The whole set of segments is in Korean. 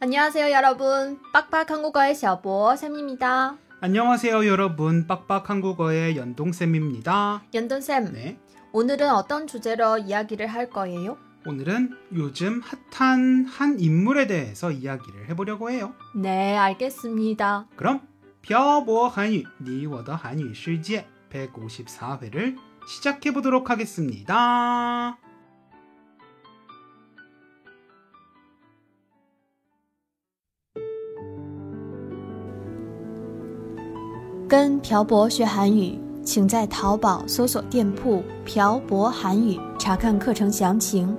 안녕하세요, 여러분. 빡빡 한국어의 小博 쌤입니다. 안녕하세요 여러분 빡빡한국어의 연동쌤입니다 연돈쌤, 네 오늘은 어떤 주제로 이야기를 할 거예요? 오늘은 요즘 핫한 한 인물에 대해서 이야기를 해보려고 해요 네, 알겠습니다. 그럼 漂泊 한유 니워더 한유 실제 154회를 시작해보도록 하겠습니다 跟朴博学韩语，请在淘宝搜索店铺“朴博韩语”查看课程详情。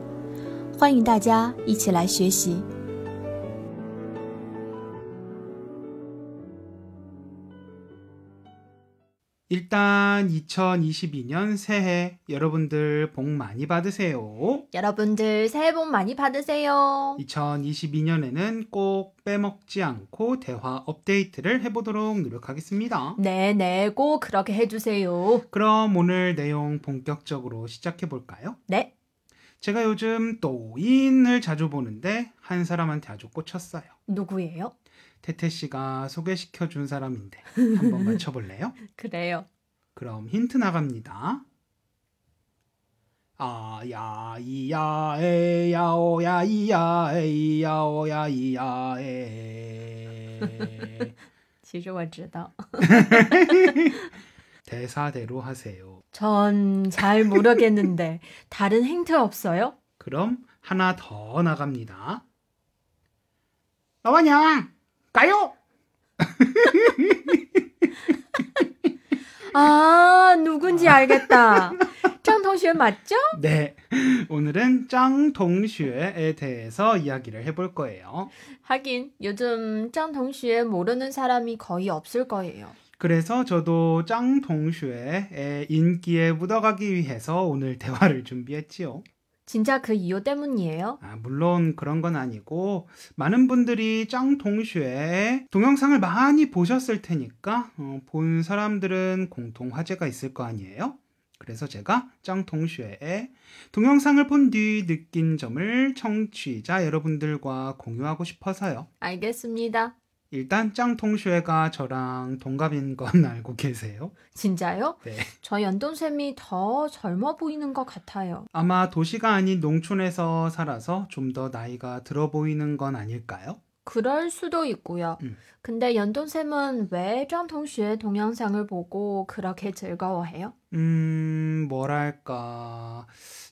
欢迎大家一起来学习。 일단 2022년 새해 여러분들 복 많이 받으세요 여러분들 새해 복 많이 받으세요. 2022년에는 꼭 빼먹지 않고 대화 업데이트를 해보도록 노력하겠습니다 네, 네, 꼭 그렇게 해주세요. 그럼 오늘 내용 본격적으로 시작해 볼까요? 네, 제가 요즘抖音을 자주 보는데 한 사람한테 아주 꽂혔어요. 누구예요? 태태 씨가 소개시켜 준 사람인데 한번 맞춰 볼래요? 그래요. 그럼 힌트 나갑니다. 아야 이야 에야 오야 이야 에야 오야 이야 에 其实我知道. 대사대로 하세요. 전 잘 모르겠는데 다른 힌트 없어요? 그럼 하나 더 나갑니다. 나와냐? 가요! 아, 누군지 알겠다. 장 동시에 맞죠? 네. 오늘은 짱 동슈에 대해서 이야기를 해볼 거예요. 하긴 요즘 짱 동시에 모르는 사람이 거의 없을 거예요. 그래서 저도 짱 동슈의 인기에 묻어가기 위해서 오늘 대화를 준비했지요. 진짜 그 이유 때문이에요? 아, 물론 그런 건 아니고 많은 분들이 짱 동슈의 동영상을 많이 보셨을 테니까 어, 본 사람들은 공통 화제가 있을 거 아니에요. 그래서 제가 짱 동슈의 동영상을 본 뒤 느낀 점을 청취자 여러분들과 공유하고 싶어서요. 알겠습니다. 일단 짱 동슈애가 저랑 동갑인 건 알고 계세요? 진짜요? 네. 저 연돈쌤이 더 젊어 보이는 것 같아요. 아마 도시가 아닌 농촌에서 살아서 좀 더 나이가 들어 보이는 건 아닐까요? 그럴 수도 있고요. 음. 근데 연돈쌤은 왜짱 동시에 동영상을 보고 그렇게 즐거워해요? 음, 뭐랄까.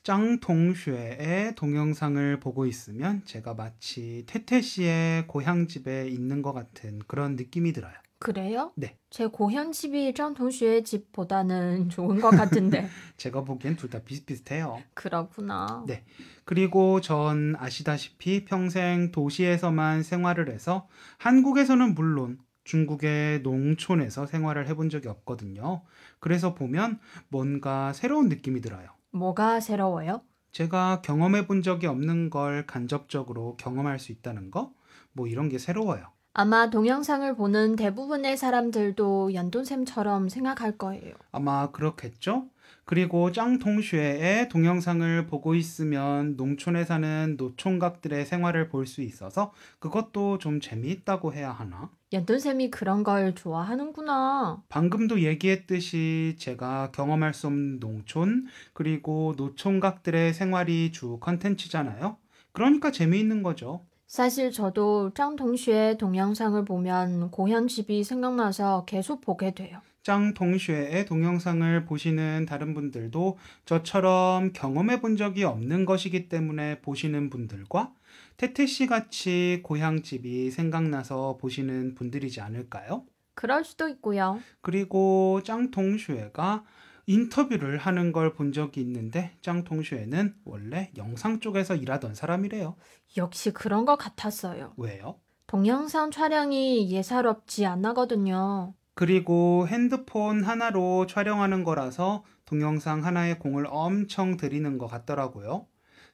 짱 동슈애의 동영상을 보고 있으면 제가 마치 태태 씨의 고향 집에 있는 것 같은 그런 느낌이 들어요. 그래요? 네. 제 고향 집이 짱 동시에 집보다는 좋은 것 같은데. 제가 보기엔 둘 다 비슷비슷해요. 그렇구나. 네. 그리고 전 아시다시피 평생 도시에서만 생활을 해서 한국에서는 물론 중국의 농촌에서 생활을 해본 적이 없거든요. 그래서 보면 뭔가 새로운 느낌이 들어요. 뭐가 새로워요? 제가 경험해 본 적이 없는 걸 간접적으로 경험할 수 있다는 거? 뭐 이런 게 새로워요. 아마 동영상을 보는 대부분의 사람들도 연돈쌤처럼 생각할 거예요. 아마 그렇겠죠? 그리고 짱 동슈의 동영상을 보고 있으면 농촌에 사는 노총각들의 생활을 볼 수 있어서 그것도 좀 재미있다고 해야 하나? 연돈쌤이 그런 걸 좋아하는구나. 방금도 얘기했듯이 제가 경험할 수 없는 농촌 그리고 노총각들의 생활이 주 컨텐츠잖아요. 그러니까 재미있는 거죠. 사실 저도 짱 동시에 동영상을 보면 고현 집이 생각나서 계속 보게 돼요. 짱 동슈의 동영상을 보시는 다른 분들도 저처럼 경험해 본 적이 없는 것이기 때문에 보시는 분들과 태태 씨 같이 고향집이 생각나서 보시는 분들이지 않을까요? 그럴 수도 있고요. 그리고 짱통슈에가 인터뷰를 하는 걸 본 적이 있는데 짱통슈에는 원래 영상 쪽에서 일하던 사람이래요. 역시 그런 것 같았어요. 왜요? 동영상 촬영이 예사롭지 않거든요. 그리고 핸드폰 하나로 촬영하는 거라서 동영상 하나에 공을 엄청 들이는 것 같더라고요.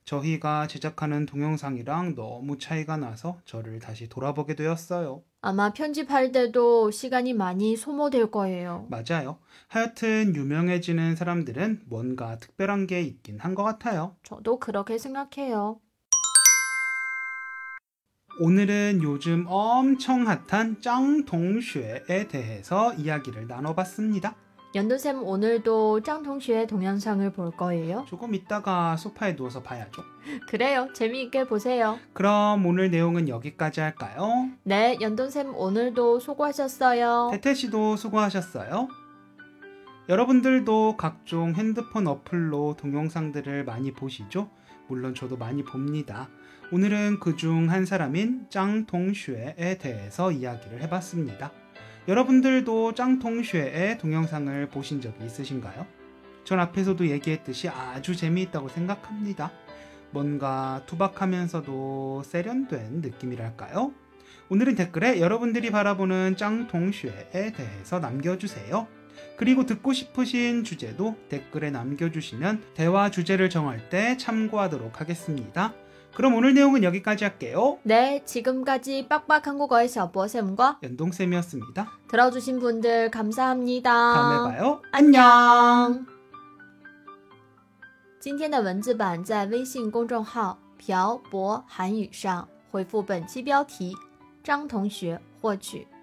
저희가 제작하는 동영상이랑 너무 차이가 나서 저를 다시 돌아보게 되었어요. 아마 편집할 때도 시간이 많이 소모될 거예요. 맞아요. 하여튼 유명해지는 사람들은 뭔가 특별한 게 있긴 한 것 같아요. 저도 그렇게 생각해요. 오늘은 요즘 엄청 핫한 짱동쉐에 대해서 이야기를 나눠봤습니다. 연두쌤 오늘도 짱 동시에 동영상을 볼 거예요. 조금 이따가 소파에 누워서 봐야죠. 그래요. 재미있게 보세요. 그럼 오늘 내용은 여기까지 할까요? 네, 연두쌤 오늘도 수고하셨어요. 태태 씨도 수고하셨어요. 여러분들도 각종 핸드폰 어플로 동영상들을 많이 보시죠? 물론 저도 많이 봅니다. 오늘은 그 중 한 사람인 짱동쉐에 대해서 이야기를 해봤습니다. 여러분들도 짱동쉐의 동영상을 보신 적이 있으신가요? 전 앞에서도 얘기했듯이 아주 재미있다고 생각합니다. 뭔가 투박하면서도 세련된 느낌이랄까요? 오늘은 댓글에 여러분들이 바라보는 짱동쉐에 대해서 남겨주세요. 그리고 듣고 싶으신 주제도 댓글에 남겨주시면 대화 주제를 정할 때 참고하도록 하겠습니다. 그럼 오늘 내용은 여기까지 할게요. 네, 지금까지 빡빡 한국어의 샤버쌤과 연동쌤이었습니다. 들어주신 분들 감사합니다. 다음에 봐요. 今天的文字版在微信公众号“朴博韩语”上回复本期标题“张同学”获取。